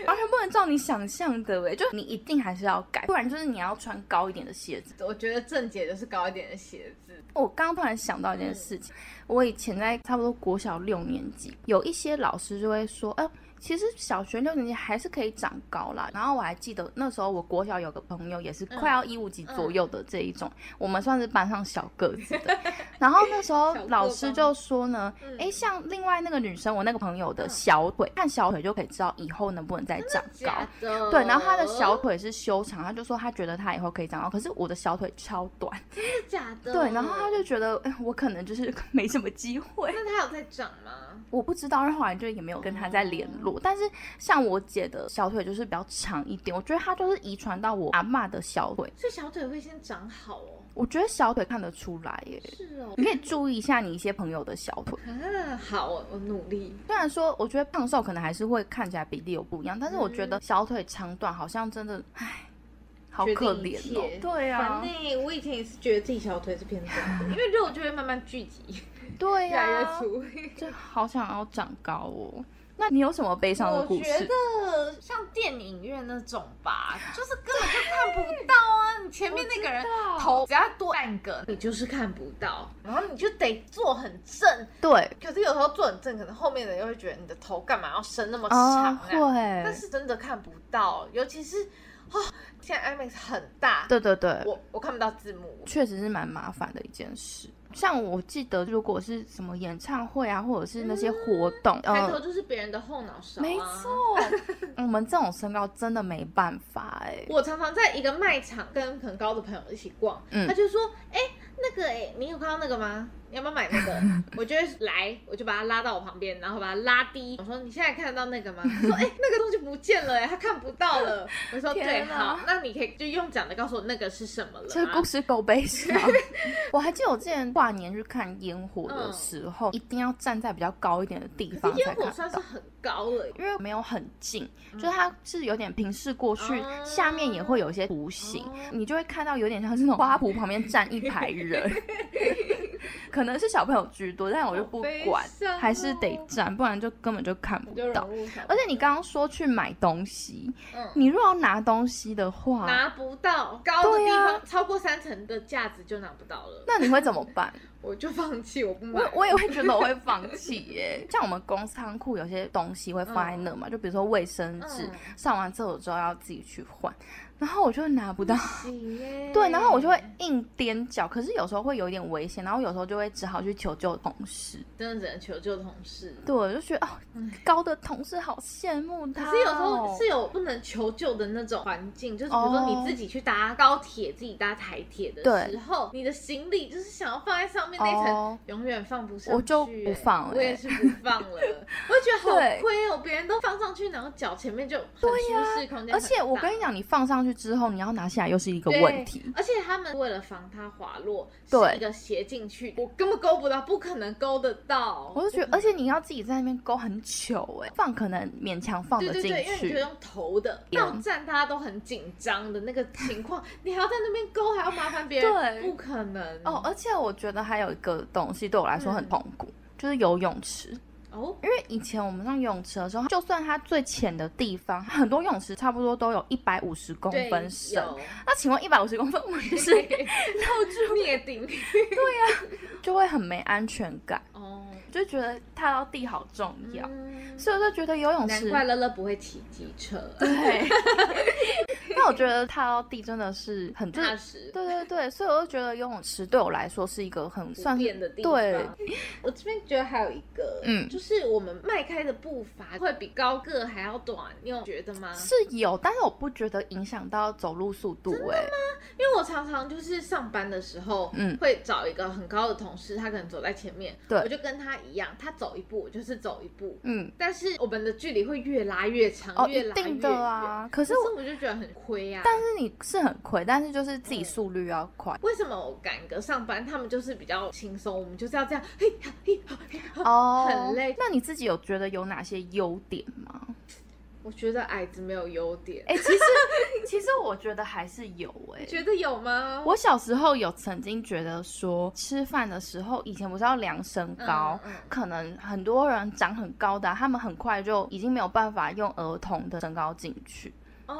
B: 完全不能照你想象的哎，就你一定还是要改，不然就是你要穿高一点的鞋子。
C: 我觉得正解就是高一点的鞋子，
B: 我刚刚突然想到一
C: 嗯
B: 件事情，我以前在差不多国小六年级，有一些老师就会说，哎、其实小学六年级还是可以长高啦。然后我还记得那时候我国小有个朋友也是快
C: 嗯
B: 要一五几左右的这一种，我们算是班上小个子的。然后那时候
C: 小个
B: 老师就说呢
C: 嗯，
B: 哎、像另外那个女生，我那个朋友的小腿，看小腿就可以知道以后能不能再长高。
C: 假的。
B: 对，然后她的小腿是修长，她就说她觉得她以后可以长高，可是我的小腿超短，
C: 是假的。
B: 对，然后他就觉得，哎、我可能就是 没什么机会，
C: 那它有在长吗？
B: 我不知道。然后后来就也没有跟他再联络。但是像我姐的小腿就是比较长一点，我觉得她就是遗传到我阿嬷的小腿，
C: 所以小腿会先长好哦。
B: 我觉得小腿看得出来耶。
C: 是哦。
B: 你可以注意一下你一些朋友的小腿，
C: 啊，好，我我努力。
B: 虽然说我觉得胖瘦可能还是会看起来比例有不一样，但是我觉得小腿长短好像真的，唉，好
C: 嗯决定
B: 可
C: 一
B: 怜
C: 切
B: 哦。对啊
C: 烦，欸我以前也是觉得自己小腿是偏短 的，因为肉就会慢慢聚集，
B: 对
C: 越来越
B: 呀、
C: 粗。
B: 就好想要长高哦。那你有什么悲伤的
C: 我
B: 故
C: 觉
B: 事？
C: 得像电影院那种吧，就是根本就看不到啊！你前面那个
B: 我
C: 人
B: 知道
C: 头只要多半个，你就是看不到，然后你就得坐很正。
B: 对，
C: 可是有时候坐很正，可能后面的人又会觉得你的头干嘛要伸那么长啊？
B: 哦会，
C: 但是真的看不到，尤其是哦，现在 IMAX 很大，
B: 对对对，
C: 我我看不到字幕，
B: 确实是蛮麻烦的一件事。像我记得，如果是什么演唱会啊，或者是那些活动，
C: 抬头
B: 嗯，
C: 就是别人的后脑勺、啊，
B: 没错， 嗯我们这种身高真的没办法哎、
C: 我常常在一个卖场跟很高的朋友一起逛，
B: 嗯
C: 他就说：“哎、那个哎、你有看到那个吗？你要不要买那个？” 我就会来，我就把他拉到我旁边，然后把他拉低。我说：“你现在看得到那个吗？”他说：“哎、那个东西不见了、哎，他看不到了。”我说：“
B: 天
C: 对，
B: 哪
C: 好，那你可以就用讲的告诉我那个是什么了吗。”啊
B: 这故事够悲伤。 我还记得我之前跨年去看烟火的时候，一定要站在比较高一点的地方才
C: 烟火
B: 看
C: 算
B: 得
C: 嗯是
B: 到。
C: 很高了，
B: 因为没有很近，
C: 嗯
B: 就是它是有点平视过去，
C: 哦
B: 下面也会有一些弧形，
C: 哦
B: 你就会看到有点像是那种花圃旁边站一排人， 可能是小朋友居多，但我就不管
C: 好悲伤，哦
B: 还是得站，不然就根本就看不
C: 我就融
B: 到。
C: 入小朋友。
B: 而且你刚刚说去买东西，
C: 嗯
B: 你如果要拿东西的话，
C: 拿不到高的地
B: 对
C: 方，
B: 啊
C: 超过三层的架子就拿不到了。
B: 那你会怎么办？
C: 我就放弃，我不买
B: 我。我也会觉得我会放弃 耶。像我们公司仓库有些东西会放在那嘛，就比如说卫生纸，
C: 嗯
B: 上完厕所之后要自己去换，然后我就拿不到。
C: 行耶
B: 对，然后我就会硬踮脚，可是有时候会有一点危险，然后有时候就会只好去求救同事。
C: 真的只能求救同事。
B: 对，我就觉得哦
C: 嗯，
B: 高的同事好羡慕他、
C: 可
B: 哦。
C: 是有时候是有不能求救的那种环境，就是比如说
B: 哦
C: 你自己去搭高铁、自己搭台铁的时候，你的行李就是想要放在上面那一层，
B: 哦
C: 永远放不上去、
B: 我就不放了
C: 我也是不放 了，我就觉得好亏哦，别人都放上去，然后脚前面就很舒适，空间很大
B: 而且我跟你讲，你放上去之后，你要拿下来又是一个问题。
C: 对而且他们为了防它滑落，
B: 对
C: 是一个斜进去，我根本勾不到，不可能勾得到。
B: 我就觉得，而且你要自己在那边勾很久哎、放可能勉强放
C: 对
B: 得
C: 对
B: 进
C: 对，因为你
B: 去
C: 就。用投的，
B: 嗯
C: 到站大家都很紧张的那个情况，你还要在那边勾，还要麻烦别
B: 对
C: 人，不可能
B: 哦，而且我觉得还有一个东西对我来说很
C: 嗯
B: 痛苦，就是游泳池。
C: 哦，
B: 因为以前我们上游泳池的时候，就算它最浅的地方，很多游泳池差不多都有一百五十公
C: 对，
B: 分深。
C: 有
B: 那请问一百五十公分，我就是
C: 套住灭顶
B: 就会很没安全感，
C: 哦，
B: 就觉得踏到地好重要，
C: 嗯
B: 所以我就觉得游泳
C: 难
B: 池
C: 怪乐乐不会骑机车，
B: 对。 那我觉得踏到地真的是很
C: 踏实。
B: 对对对，所以我就觉得游泳池对我来说是一个很
C: 不
B: 算是
C: 变的地方。
B: 对，
C: 我这边觉得还有一个，
B: 嗯
C: 就是我们迈开的步伐会比高个还要短，你有觉得吗？
B: 是有，但是我不觉得影响到走路速度哎、
C: 因为我常常就是上班的时候，
B: 嗯
C: 会找一个很高的同事，他可能走在前面，
B: 对
C: 我就跟他一样，他走一步，我就是走一步，
B: 嗯，
C: 但是我们的距离会越拉越长，
B: 哦，
C: 越
B: 一
C: 拉越
B: 定的
C: 远。
B: 啊。可
C: 可
B: 是
C: 是
B: 我，
C: 我就觉得很亏啊。
B: 但是你是很亏，但是就是自己
C: 嗯
B: 速率要快。
C: 为什么我赶个上班，他们就是比较轻松，我们就是要这样，嘿哈嘿哈嘿哈
B: 哦，
C: 很累
B: 那你自己有觉得有哪些优点吗？
C: 我觉得矮子没有优点，
B: 哎、其 实其实我觉得还是有哎、
C: 你觉得有吗？
B: 我小时候有曾经觉得说，吃饭的时候以前不是要量身高，
C: 嗯嗯嗯
B: 可能很多人长很高的啊、他们很快就已经没有办法用儿童的身高进去。
C: 哦，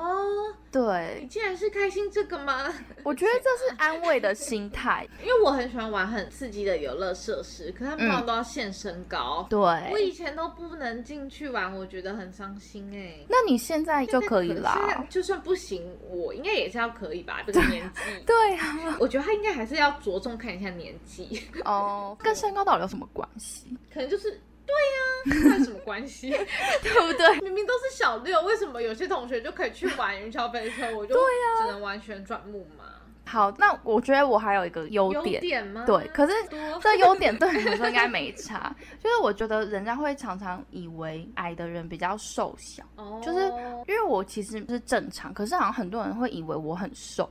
C: 你
B: 对，
C: 竟然是开心这个吗？
B: 我觉得这是安慰的心态。
C: 因为我很喜欢玩很刺激的游乐设施，可
B: 嗯
C: 他们通常都要限身高。我
B: 对，
C: 以前都不能进去玩，我觉得很伤心哎、
B: 那你现在就可以
C: 现在
B: 啦。
C: 就算不行，我应该也是要可以吧？这个年纪，
B: 对啊，
C: 我觉得他应该还是要着重看一下年纪，
B: 哦，跟身高到底有什么关系？
C: 可能就是对呀、那有什么关系？
B: 对不对？
C: 明明都是小六，为什么有些同学就可以去玩云霄飞车，我就
B: 啊
C: 只能玩旋转木马？
B: 好，那我觉得我还有一个优
C: 优
B: 点，
C: 点吗？
B: 对，可是
C: 多
B: 这优点对你来说应该没差， 就是我觉得人家会常常以为矮的人比较瘦小，
C: 哦，
B: 就是
C: 哦
B: 因为我其实是正常，可是好像很多人会以为我很瘦，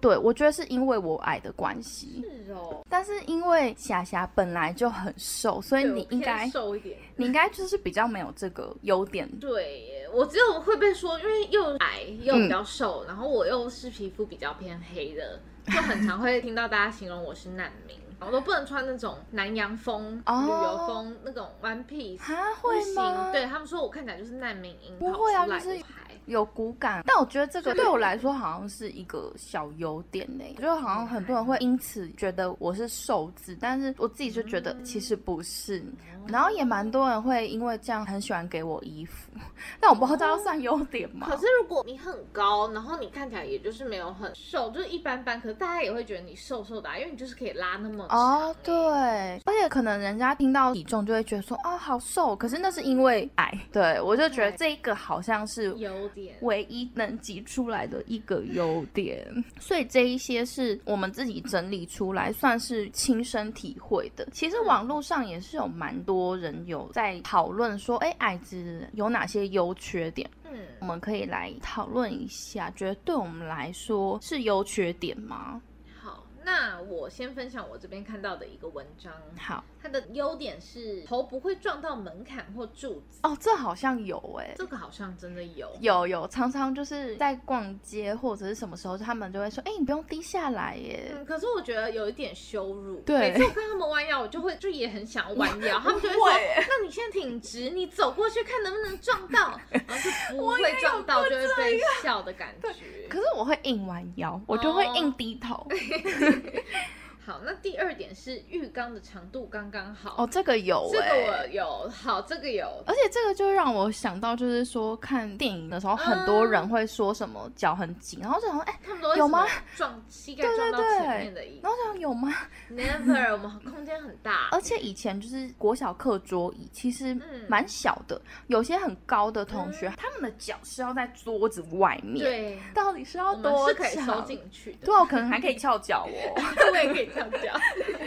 B: 对我觉得是因为我矮的关系，
C: 哦是哦，
B: 但是因为霞霞本来就很瘦，所以
C: 对
B: 你
C: 我
B: 应
C: 偏
B: 该
C: 瘦一点。
B: 你应该就是比较没有这个优点，
C: 对耶，我只有会被说，因为又矮又
B: 嗯
C: 比较瘦，然后我又是皮肤比较偏黑的，就很常会听到大家形容我是难民，我都不能穿那种南洋风、
B: 哦
C: 旅游风那种 one piece，
B: 啊
C: 不
B: 会吗
C: 行。？对他们说我看起来就是难民营
B: 不
C: 跑
B: 会啊
C: 出来
B: 就是
C: 的牌
B: 有骨感，但我觉得这个对我来说好像是一个小优点呢、我觉得好像很多人会因此觉得我是瘦子，但是我自己就觉得其实不是。然后也蛮多人会因为这样很喜欢给我衣服， 但我不知道这算优点吗？
C: 哦可是如果你很高，然后你看起来也就是没有很瘦，就是一般般，可是大家也会觉得你瘦瘦的、啊，因为你就是可以拉那么长欸
B: 哦，对，而且可能人家听到体重就会觉得说，哦，好瘦，可是那是因为矮。对我就觉得这个好像是
C: 优点。
B: 唯一能挤出来的一个优点，所以这一些是我们自己整理出来，算是亲身体会的。其实网络上也是有蛮多人有在讨论说，哎，矮子有哪些优缺点？
C: 嗯，
B: 我们可以来讨论一下，觉得对我们来说是优缺点吗？
C: 好，那我先分享我这边看到的一个文章，
B: 好，
C: 它的优点是头不会撞到门槛或柱子，
B: 哦，这好像有哎、
C: 这个好像真的有。
B: 有有，常常就是在逛街或者是什么时候，他们就会说：“哎、你不用低下来耶。
C: 嗯，可是我觉得有一点羞辱。
B: 对
C: 每次我看他们弯腰，我就会就也很想弯 腰，他们就会
B: 我
C: 说
B: 会耶：“
C: 那你现在挺直，你走过去看能不能撞到。” 然后就不会撞到，就会被笑的感觉。
B: 哦可是我会硬弯腰，我就会
C: 哦
B: 硬低头。
C: 好，那第二点是浴缸的长度刚刚好。
B: 哦，呃这个有、
C: 这
B: 欸，
C: 个我有，好，这个有，
B: 而且这个就让我想到，就是说看电影的时候，很多人会说什么脚很
C: 嗯
B: 紧，然后就想说，哎、
C: 他们都会
B: 有吗
C: 什么撞膝盖
B: 对
C: 撞
B: 对
C: 到
B: 对
C: 前面的椅
B: 然后就想有吗？
C: 嗯，never，我们空间很大，
B: 而且以前就是国小课桌椅，其实蛮小的，有些很高的同学，他们的脚是要在桌子外面，，
C: 嗯对，
B: 到底是要
C: 我们
B: 多
C: 是可以收
B: 长？
C: 进去的，
B: 对啊，我可能还可以翘脚 哦。
C: 我也可以这样讲。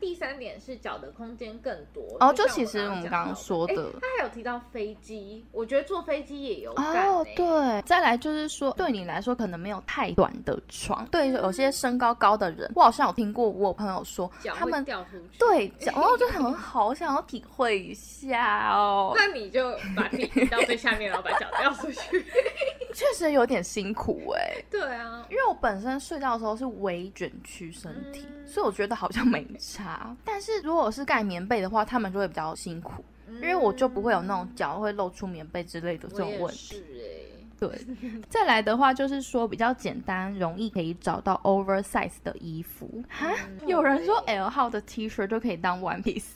C: 第三点是脚的空间更多
B: 哦
C: 就
B: 就其实
C: 像我
B: 我们
C: 刚
B: 刚刚
C: 讲
B: 说
C: 到
B: 的
C: 诶他还有提到飞机，我觉得坐飞机也有感、
B: 哦，
C: 欸
B: 对，再来就是说，对你来说可能没有太短的床，对于有些身高高的人，我好像有听过我朋友说，
C: 脚
B: 他
C: 会
B: 们
C: 掉出去。
B: 对脚，然后我就 很好想要体会一下哦，
C: 那你就把自己移到最下面，然后把脚掉出去。
B: 确实有点辛苦哎、
C: 对啊，
B: 因为我本身睡觉的时候是微卷曲身体，
C: 嗯
B: 所以我觉得好像没差。但是如果是盖棉被的话，他们就会比较辛苦，
C: 因
B: 因为我就不会有那种脚会露出棉被之类的这种问题。
C: 欸
B: 对，再来的话就是说比较简单，容易可以找到 oversize 的衣服。哈，
C: 嗯
B: 有人说
C: 对
B: L 号的 T 恤就可以当 one piece，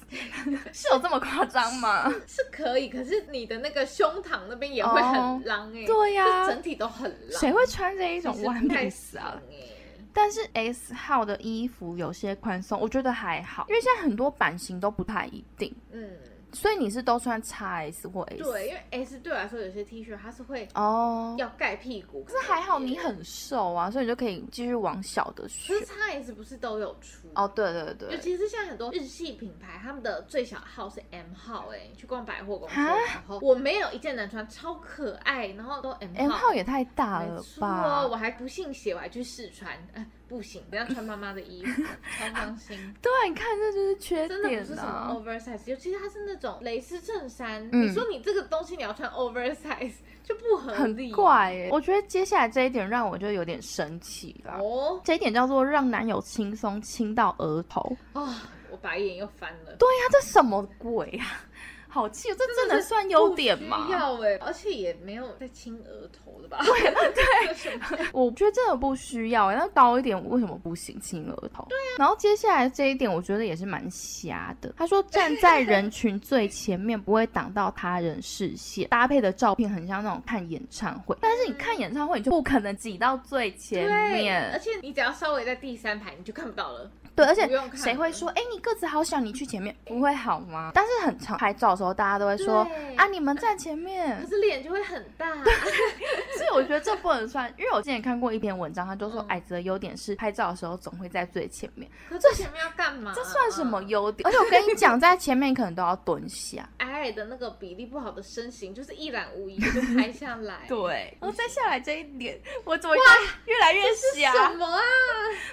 B: 是 有这么夸张吗？
C: 是可以，可是你的那个胸膛那边也会
B: 哦
C: 很浪哎、欸
B: 对呀
C: 就整体都很浪。
B: 谁会穿这一种
C: 其实
B: one
C: 不太
B: piece 啊？
C: 行欸
B: 但是 S 号的衣服有些宽松，我觉得还好，因为现在很多版型都不太一定，
C: 嗯，
B: 所以你是都穿 x S 或 S。
C: 对，因为 S 对我来说有些 T 恤它是会
B: 哦，
C: 要盖屁股，可
B: 可是还好你很瘦啊，所以你就可以继续往小的
C: 可
B: 选
C: 是。x S 不是都有出
B: 哦，，对对
C: 尤
B: 对，
C: 其是现在很多日系品牌，他们的最小号是 M 号、哎，去逛百货公司
B: 哈
C: 的时候，我没有一件能穿，超可爱，然后都 M
B: M 号也太大
C: 没
B: 了
C: 错，
B: 吧
C: 我？还不信邪，我还去试穿，哎，不行，不要穿妈妈的 衣服，超伤心。
B: 对，你看这就是缺
C: 真的不
B: 点
C: 是什么
B: 啊。
C: oversize，尤其是它是那种蕾丝衬衫，
B: 嗯
C: 你说你这个东西你要穿 oversize 就不合
B: 很
C: 理，
B: 怪哎、我觉得接下来这一点让我就有点生气啦。
C: 哦
B: 这一点叫做让男友轻松亲到额头，
C: 哦，我白眼又翻了。
B: 对啊呀、这什么鬼啊？ 好气哦，这真的算优点吗？
C: 不需要哎、而且也没有在亲额头的吧？
B: 啊
C: 对，
B: 我觉得真的不需要、欸，那高一点为什么不行？亲额头。对啊。然后接下来这一点，我觉得也是蛮瞎的。他说站在人群最前面，不会挡到他人视线，搭配的照片很像那种看演唱会，但是你看演唱会，你就不可能挤到最前
C: 对，而
B: 面。
C: 且你只要稍微在第三排，你就看不到了。
B: 对，而且
C: 不用看
B: 谁会说，哎、你个子好小，你去前面不会好吗？但是很常拍照的时候，大家都会说
C: 对
B: 啊，你们站前面
C: 可。是脸就会很大，啊
B: 所以我觉得这不能算，因为我之前看过一篇文章，他就说
C: 嗯
B: 矮子的优点是拍照的时候总会在最前面，
C: 可是前面要干嘛？
B: 这算什么？
C: 啊
B: 优点？而且我跟你讲，在前面可能都要蹲下。
C: 矮矮的那个比例不好的身形，就是一览无遗就拍下来。
B: 对，然后哦再下来这一点，我怎么越越来越
C: 什
B: 瞎？
C: 么啊？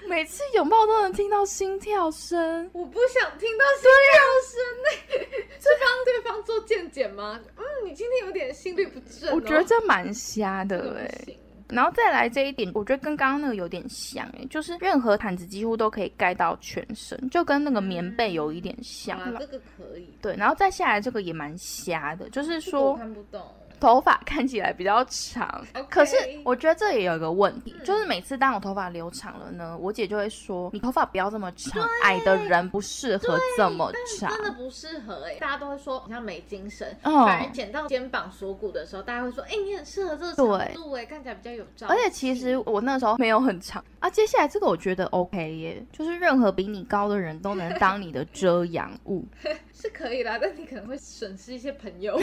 B: 每次拥抱都能听到心跳声，
C: 我不想听到心
B: 啊
C: 跳声呢、 是帮对方做健检吗？嗯，你今天有点心律不正、哦。
B: 我觉得这蛮瞎
C: 这个
B: 的哎、
C: 不行。
B: 然后再来这一点，我觉得跟刚刚那个有点像哎、就是任何毯子几乎都可以盖到全身，就跟那个棉被有一点像
C: 啊，
B: 了。
C: 这个可以。
B: 对，然后再下来这个也蛮瞎的，就是
C: 这个我
B: 说
C: 看不懂。
B: 头发看起来比较长
C: OK
B: 可是我觉得这也有一个问题，
C: 嗯
B: 就是每次当我头发留长了呢，我姐就会说你头发不要这么长，矮的人不适合这么长。
C: 真的不适合哎、大家都会说好像没精神，
B: 哦
C: 反而剪到肩膀锁骨的时候，大家会说，哎、你很适合这个长度哎、看起来比较有朝气。
B: 而且其实我那时候没有很长啊。接下来这个我觉得 OK 耶，就是任何比你高的人都能当你的遮阳物，
C: 是可以啦，但你可能会损失一些朋 友。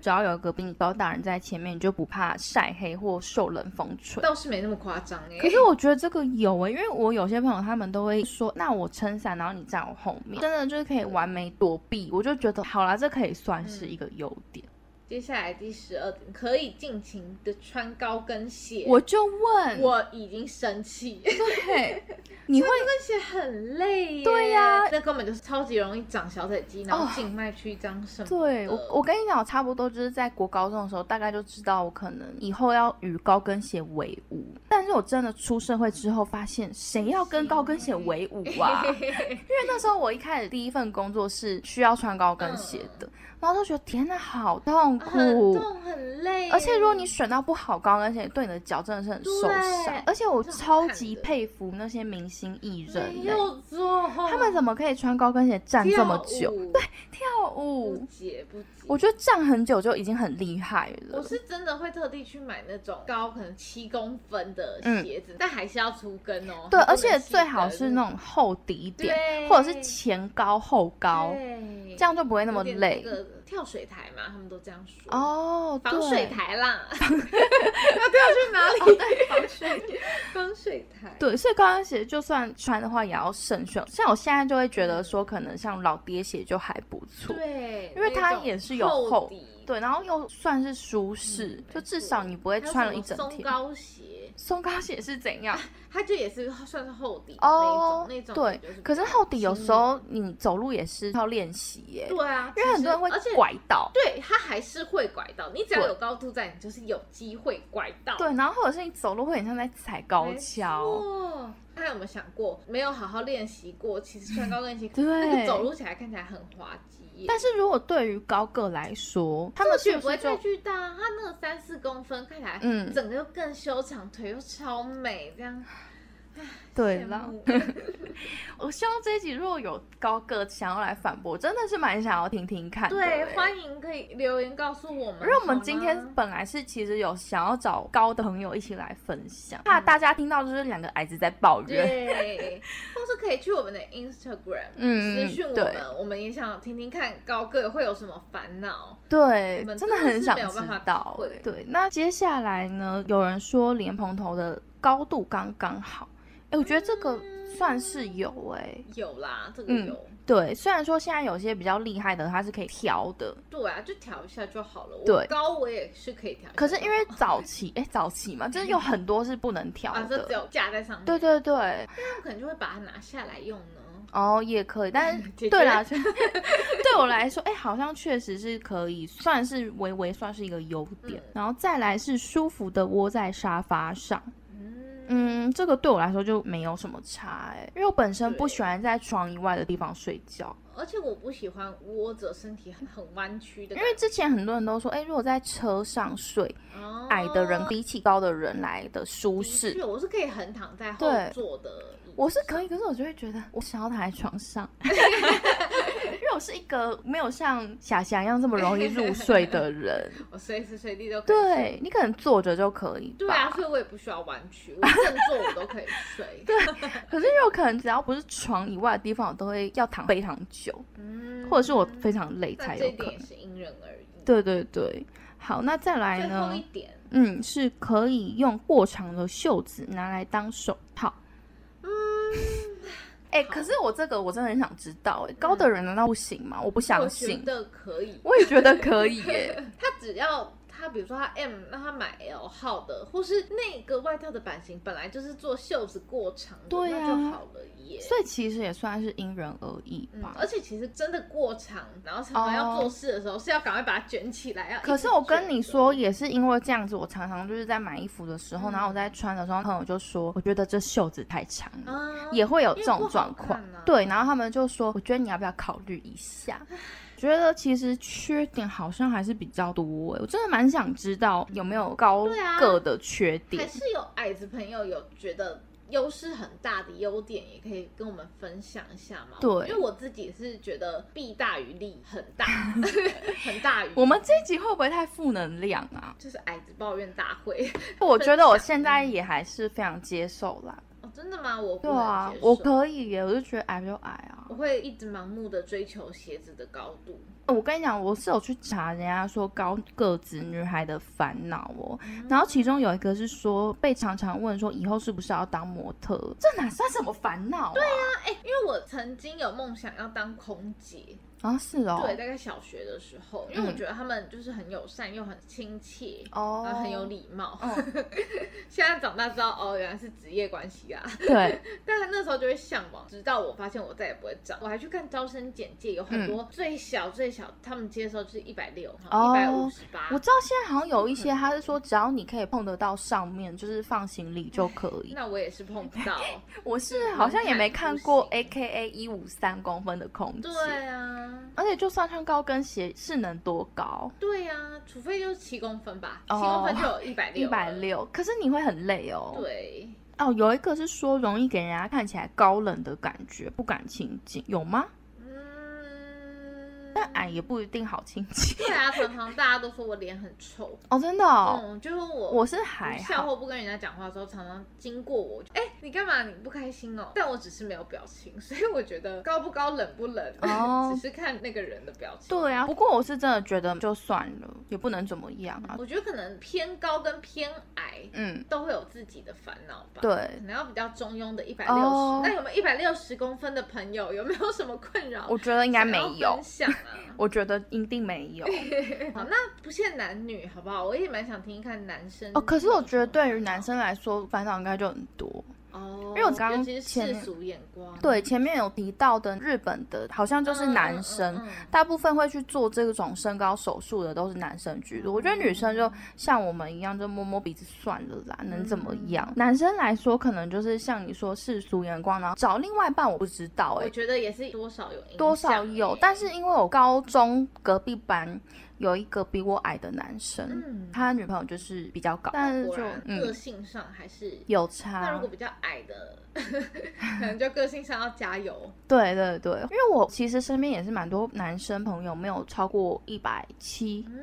B: 只要有一个比你高大人在前面，你就不怕晒黑或受冷风吹。
C: 倒是没那么夸张哎。
B: 可是我觉得这个有欸诶、因为我有些朋友他们都会说，那我撑伞，然后你站我后面，真的就是可以完美躲避。我就觉得好啦，这可以算是
C: 嗯
B: 一个优点。
C: 接下来第十二点，可以尽情的穿高跟鞋。
B: 我就问，
C: 我已经生气，高
B: 对，你会
C: 跟鞋很累耶。
B: 对呀
C: 那根本就是超级容易长小腿肌，然
B: 哦
C: 后静脉曲张什么的。
B: 对我，我跟你讲，我差不多就是在国高中的时候，大概就知道我可能以后要与高跟鞋为伍。但是我真的出社会之后，发现谁要跟高跟鞋为伍啊？ 因为那时候我一开始第一份工作是需要穿高跟鞋的，然后就觉得天呐，好痛
C: 嗯啊
B: 苦，
C: 很痛很累耶，
B: 而且如果你选到不好高跟鞋，对你的脚真的是很受伤
C: 对。
B: 而且我
C: 这好
B: 超
C: 看
B: 级
C: 的
B: 佩服那些明星艺人、欸，
C: 又做，
B: 他
C: 他
B: 们怎么可以穿高跟鞋站这么久？
C: 对，
B: 跳
C: 不
B: 舞，
C: 解不解。
B: 我觉得站很久就已经很厉害了。
C: 我是真的会特地去买那种高可能七公分的鞋子，但还是要粗跟哦。
B: 对，
C: 还不能
B: 而且
C: 细
B: 最好是
C: 跟
B: 那种厚底点，
C: 对
B: 或者是前高后高，
C: 对
B: 这样就不会那
C: 那
B: 么累。
C: 个跳水台嘛，他们都这样说。
B: 哦，
C: 防水
B: 对，
C: 台啦，要掉去哪里？对，防水，防水台。
B: 对，所以高跟鞋就算穿的话也要慎选。像我现在就会觉得说，可能像老爹鞋就还不错，
C: 对，
B: 因为它也是有厚
C: 底，
B: 对，然后又算是舒适，
C: 嗯
B: 就至少你不会
C: 还有
B: 穿
C: 什
B: 了一
C: 么
B: 整
C: 松
B: 天。
C: 高鞋，
B: 松高鞋是怎 样？
C: 它就也是算是厚底的
B: 哦，
C: 那种，那种
B: 对
C: 感觉比，较
B: 可是厚底有时候
C: 轻
B: 你走路也是要练习耶，
C: 对啊，
B: 因为很多人会
C: 其实而且
B: 拐到。
C: 对，它还是会拐到，你只要
B: 对
C: 有高度在，你就是有机会拐到。
B: 对，然后或者是你走路会很像在踩高
C: 没
B: 跷，，
C: 错。大家有没有想过，没有好好练习过，其实穿高跟鞋
B: 对
C: 那个走路起来看起来很滑稽耶。
B: 但是如果对于高个来说，他们
C: 这
B: 是
C: 个腿不会
B: 是
C: 太
B: 就
C: 巨大，啊它那个三四公分看起来，
B: 嗯
C: 整个又更修长，腿又超美，这样
B: 对
C: 羡
B: 了？
C: 慕
B: 我希望这一集如果有高个想要来反驳，真的是蛮想要听听看的欸。
C: 对，欢迎可以留言告诉我们。
B: 因为我
C: 好
B: 们
C: 吗
B: 今天本来是其实有想要找高的朋友一起来分享，怕大家听到就是两个矮子在抱怨。
C: 嗯对，或是可以去我们的 Instagram
B: 嗯
C: 私讯我
B: 对
C: 们，我们也想听听看高个会有什么烦恼。
B: 对
C: 我，们
B: 真的
C: 真的
B: 很
C: 是
B: 想
C: 没有
B: 知
C: 办法体
B: 道
C: 会。
B: 对，那接下来呢？有人说莲蓬头的高度刚刚好，哎，我觉得这个
C: 嗯
B: 算是有哎、
C: 有啦，这个
B: 嗯
C: 有。
B: 对，虽然说现在有些比较厉害的，它是可以调的，
C: 对啊，就调一下就好了。
B: 对
C: 我高我也是可以调一下就好，
B: 可是因为早期，哎、早期嘛，就是有很多是不能调
C: 嗯啊，这只
B: 的。
C: 有架在上面，
B: 对对对，
C: 他们可能就会把它拿下来用呢。
B: 哦，也可以，但 是
C: 解决
B: 对啦，对我来说，哎、好像确实是可以，算是微微算是一个优点。
C: 嗯
B: 然后再来是舒服的窝在沙发上，
C: 嗯，
B: 嗯，这个对我来说就没有什么差、哎，因为我本身不
C: 对
B: 喜欢在床以外的地方睡觉，
C: 而且我不喜欢窝着身体很很弯曲的
B: 因
C: 感觉，
B: 为之前很多人都说，哎、如果在车上睡，
C: 哦
B: 矮的人比起高的人来的舒
C: 不
B: 适。
C: 我是可以横躺在后
B: 对
C: 座的椅子，
B: 我是可以，可是我就会觉得我想要躺在床 上， 因为我是一个没有像霞霞一样这么容易入睡的人。
C: 我哦随时随地都可以睡
B: 对你可能坐着就可以吧，
C: 对啊，所以我也不需要弯曲，我正坐我都可以 睡。对，
B: 可是因为我可能只要不是床以外的地方，我都会要躺非常久，
C: 嗯
B: 或者是我非常累
C: 那
B: 才
C: 这
B: 有
C: 一
B: 可
C: 点也
B: 能。
C: 是因人而异。，
B: 对对对，好，那再来
C: 最后
B: 呢
C: 一？点，
B: 嗯，是可以用过长的袖子拿来当手套。嗯，哎、可是我这个我真的很想知道、哎，高的人难道不行吗？我不相
C: 我觉
B: 信。
C: 得可以。
B: 我也觉得可以耶。
C: 他只要他，比如说他 M，那他买 L 号的，或是那个外套的版型本来就是做袖子过长的，
B: 对啊
C: 那就好了耶。
B: 所以其实也算是因人而异
C: 嗯，
B: 吧。
C: 而且其实真的过长，然后常常要做事的时候、是要赶快把它卷起来。要
B: 哦可是我跟你说，
C: 一直卷
B: 也是因为这样子，我常常就是在买衣服的时候，
C: 嗯
B: 然后我在穿的时候，朋友就说，我觉得这袖子太长
C: 的
B: 了，
C: 啊，
B: 也会有这种状况
C: 因为不好看啊。
B: 对，然后他们就说，我觉得你要不要考虑一下？ 觉得其实缺点好像还是比较多、欸，我真的蛮想知道有没有高
C: 对啊
B: 个的缺点
C: 还。是有矮子朋友有觉得优势很大的优点，也可以跟我们分享一下嘛。
B: 对
C: 因为我自己是觉得弊大于利，很 大，很大于。
B: 我们这一集会不会太负能量 啊？
C: 就是矮子抱怨大会
B: 我觉得我
C: 分享
B: 现在也还是非常接受啦，
C: 哦，真的吗？我不
B: 对啊
C: 能接，受
B: 我可以耶，我就觉得矮就矮啊
C: 我。会一直盲目的追求鞋子的高度。
B: 呃我跟你讲，我是有去查人家说高个子女孩的烦恼哦，
C: 嗯
B: 然后其中有一个是说被常常问说以后是不是要当模特，这哪算什么烦恼、啊？对
C: 那哎、因为我曾经有梦想要当空姐，
B: 啊，啊是哦，
C: 对，大概小学的时候，因为我
B: 嗯
C: 觉得他们就是很友善又很亲切。
B: 哦，
C: 呃然后很有，礼貌。
B: 嗯
C: 现在长大知道哦，原来是职业关系啊。
B: 对，
C: 但是那时候就会向往，直到我发现我再也不会长。我还去看招生简介，有
B: 嗯
C: 很多最小最小，他们接受就是一百六，一百五
B: 哦
C: 十八
B: 我。知道现在好像有一些他是说只要你可以碰得到上面，就是放行李就可以。
C: 那我也是碰不 到。
B: 我是好像也没看过
C: 门
B: A K A 一五三公分的空姐，
C: 对啊，
B: 而且就算穿高跟鞋是能多高？
C: 对呀、除非就是七公分吧，七、
B: 哦
C: 公分就有一百
B: 一
C: 六，
B: 百。六，可是你会很累哦。
C: 对，
B: 啊，哦，有一个是说容易给人家看起来高冷的感觉，不敢亲近，有吗？
C: 嗯，
B: 但矮也不一定好亲近
C: 对啊，常常大家都说我脸很臭，
B: 哦，真的哦，
C: 嗯，就是我
B: 我是
C: 不
B: 还
C: 笑
B: 好，
C: 或不跟人家讲话的时候，常常经过我，就哎、你干嘛？你不开心哦？但我只是没有表情， 所以我觉得高不高、冷不冷，
B: 哦
C: 只是看那个人的表情。
B: 对啊，不过我是真的觉得就算了，也不能怎么样啊，
C: 我觉得可能偏高跟偏矮
B: 嗯，
C: 都会有自己的烦恼吧。。可
B: 对，
C: 能要比较中庸的，一百六
B: 哦
C: 十。那有没有一百六十公分的朋友？有没有什么困扰？
B: 我觉得应该没
C: 想要
B: 有。
C: 分，享啊
B: 我觉得一定没 有
C: 好，那不限男女，好不好？我也蛮想听一看男生
B: 哦。可是我觉得对于男，生来说，烦恼应该就很多。
C: 哦，
B: 因为我刚
C: 尤其是
B: 前
C: 世
B: 面
C: 俗眼光，
B: 对，前面有提到的日本的，好像
C: 嗯，
B: 就是男生，
C: 嗯嗯嗯
B: 大部分会去做这种身高手术的都是男生居多。我觉得女生就
C: 嗯
B: 像我们一样，就摸摸鼻子算了啦，能怎么样？
C: 嗯
B: 男生来说，可能就是像你说世俗眼光，然后找另外一半，我不知道哎、
C: 我觉得也是多少有影响
B: 多少有
C: 欸，
B: 但是因为我高中隔壁班有一个比我矮的男生，
C: 嗯，
B: 他女朋友就是比较高，但是
C: 果
B: 就
C: 然个
B: 嗯
C: 性上还是。
B: 有啊
C: 那如
B: 差
C: 果，比较矮的， 可能就个性上要加油。
B: 对对对，因为我其实身边也是蛮多男生朋友没有超过一百七，
C: 嗯，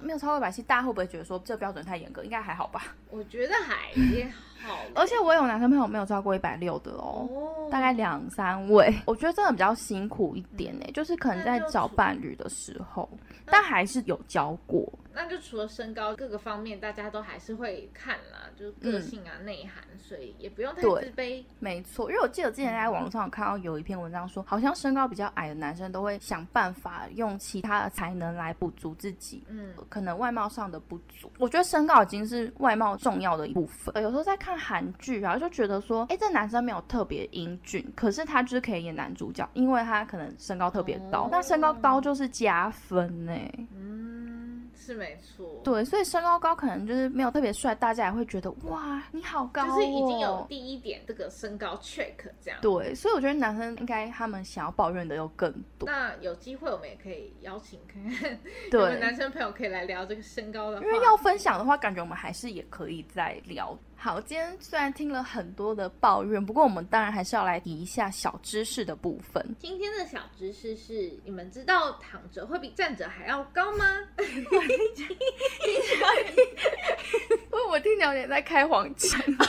B: 没有超过一百七，大家会不会觉得说这标准太严格？应该还好吧。
C: 我觉得还也好啦。
B: 而且我有男生朋友没有超过一百六的哦，
C: 哦，
B: 大概两三位。我觉得真的比较辛苦一点呢、就是可能在找伴侣的时候，但还是有交过。
C: 那就除了身高各个方面，大家都还是会看啦，就是个性啊、内涵，所以也不用
B: 嗯
C: 太
B: 对
C: 自卑。
B: 没错，因为我记得之前在网络上有看到有一篇文章说，好像身高比较矮的男生都会想办法用其他的才能来补足自己。
C: 嗯，
B: 可能外貌上的不足，我觉得身高已经是外貌重要的一部分。呃有时候在看韩剧啊，就觉得说，哎，这男生没有特别英俊，可是他就是可以演男主角，因为他可能身高特别高
C: 哦，
B: 那身高高就是加分呢、
C: 嗯，是没错。，
B: 对，所以身高高可能就是没有特别帅，大家也会觉得哇，你好高、哦，
C: 就是已经有第一点这个身高 check 这样。
B: 对，所以我觉得男生应该他们想要抱怨的又更多。
C: 那有机会我们也可以邀请看看，我们
B: 对
C: 男，生朋友可以来聊这个身高的话
B: 因为要分享的话，感觉我们还是也可以再聊。好，今天虽然听了很多的抱怨，不过我们当然还是要来提一下小知识的部分。
C: 今天的小知识是：你们知道躺着会比站着还要高吗？
B: 因为我听起来有点在开黄腔，啊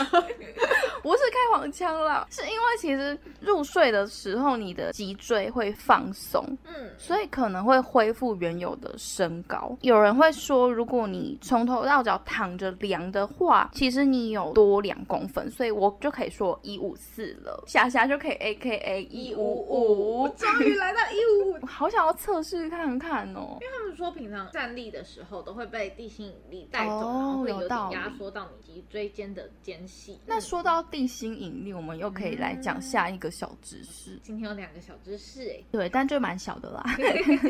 B: 不是开黄腔啦，是因为其实入睡的时候你的脊椎会放松，
C: 嗯，
B: 所以可能会恢复原有的身高。有人会说，如果你从头到脚躺着量的话，其实你有多两公分，所以我就可以说一五四了。霞霞就可以 A K A 一五
C: 我
B: 五。
C: 终于来到一五五。
B: 我好想要测试看看哦，
C: 他们说平常站立的时候都会被地心引力带走，
B: 哦
C: 然后会有
B: 有道
C: 点
B: 理
C: 压缩到你脊椎间的间隙。
B: 那
C: 嗯
B: 说到地心引力，我们又可以来讲下一个小知识。
C: 今天有两个小知识哎、
B: 对，但就蛮小的啦。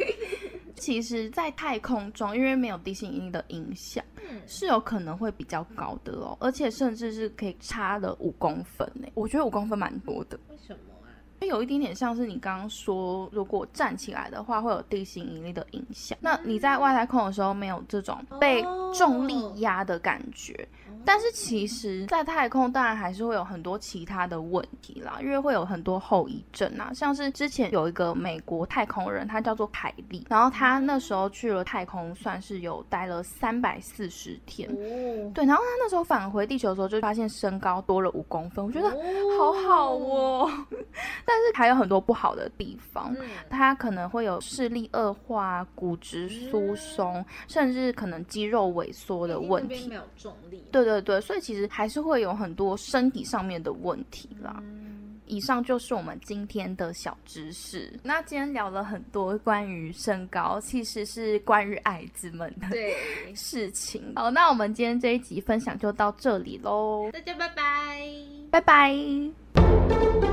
B: 其实，在太空中，因为没有地心引力的影响，
C: 嗯，
B: 是有可能会比较高的哦，而且甚至是可以差了五公分呢。我觉得五公分蛮多的，
C: 为什么啊？
B: 有一点点像是你刚刚说，如果站起来的话，会有地心引力的影响。那你在外太空的时候没有这种被重力压的感觉，但是其实，在太空当然还是会有很多其他的问题啦，因为会有很多后遗症啊，像是之前有一个美国太空人，他叫做凯利，然后他那时候去了太空，算是有待了三百四十天。
C: 哦，
B: 对，然后他那时候返回地球的时候，就发现身高多了五公分，我觉得好好哦。 但是还有很多不好的地方，
C: 嗯，
B: 他可能会有视力恶化、啊骨质
C: 嗯
B: 疏松，甚至可能肌肉萎缩的
C: 因为
B: 问
C: 那哎边
B: 题
C: 没。有重力。
B: 对对对，所以其实还是会有很多身体上面的问题啦。
C: 嗯，
B: 以上就是我们今天的小知识。那今天聊了很多关于身高，其实是关于矮子们的
C: 对，
B: 事情。好，那我们今天这一集分享就到这里喽，
C: 大家拜拜。
B: 拜拜。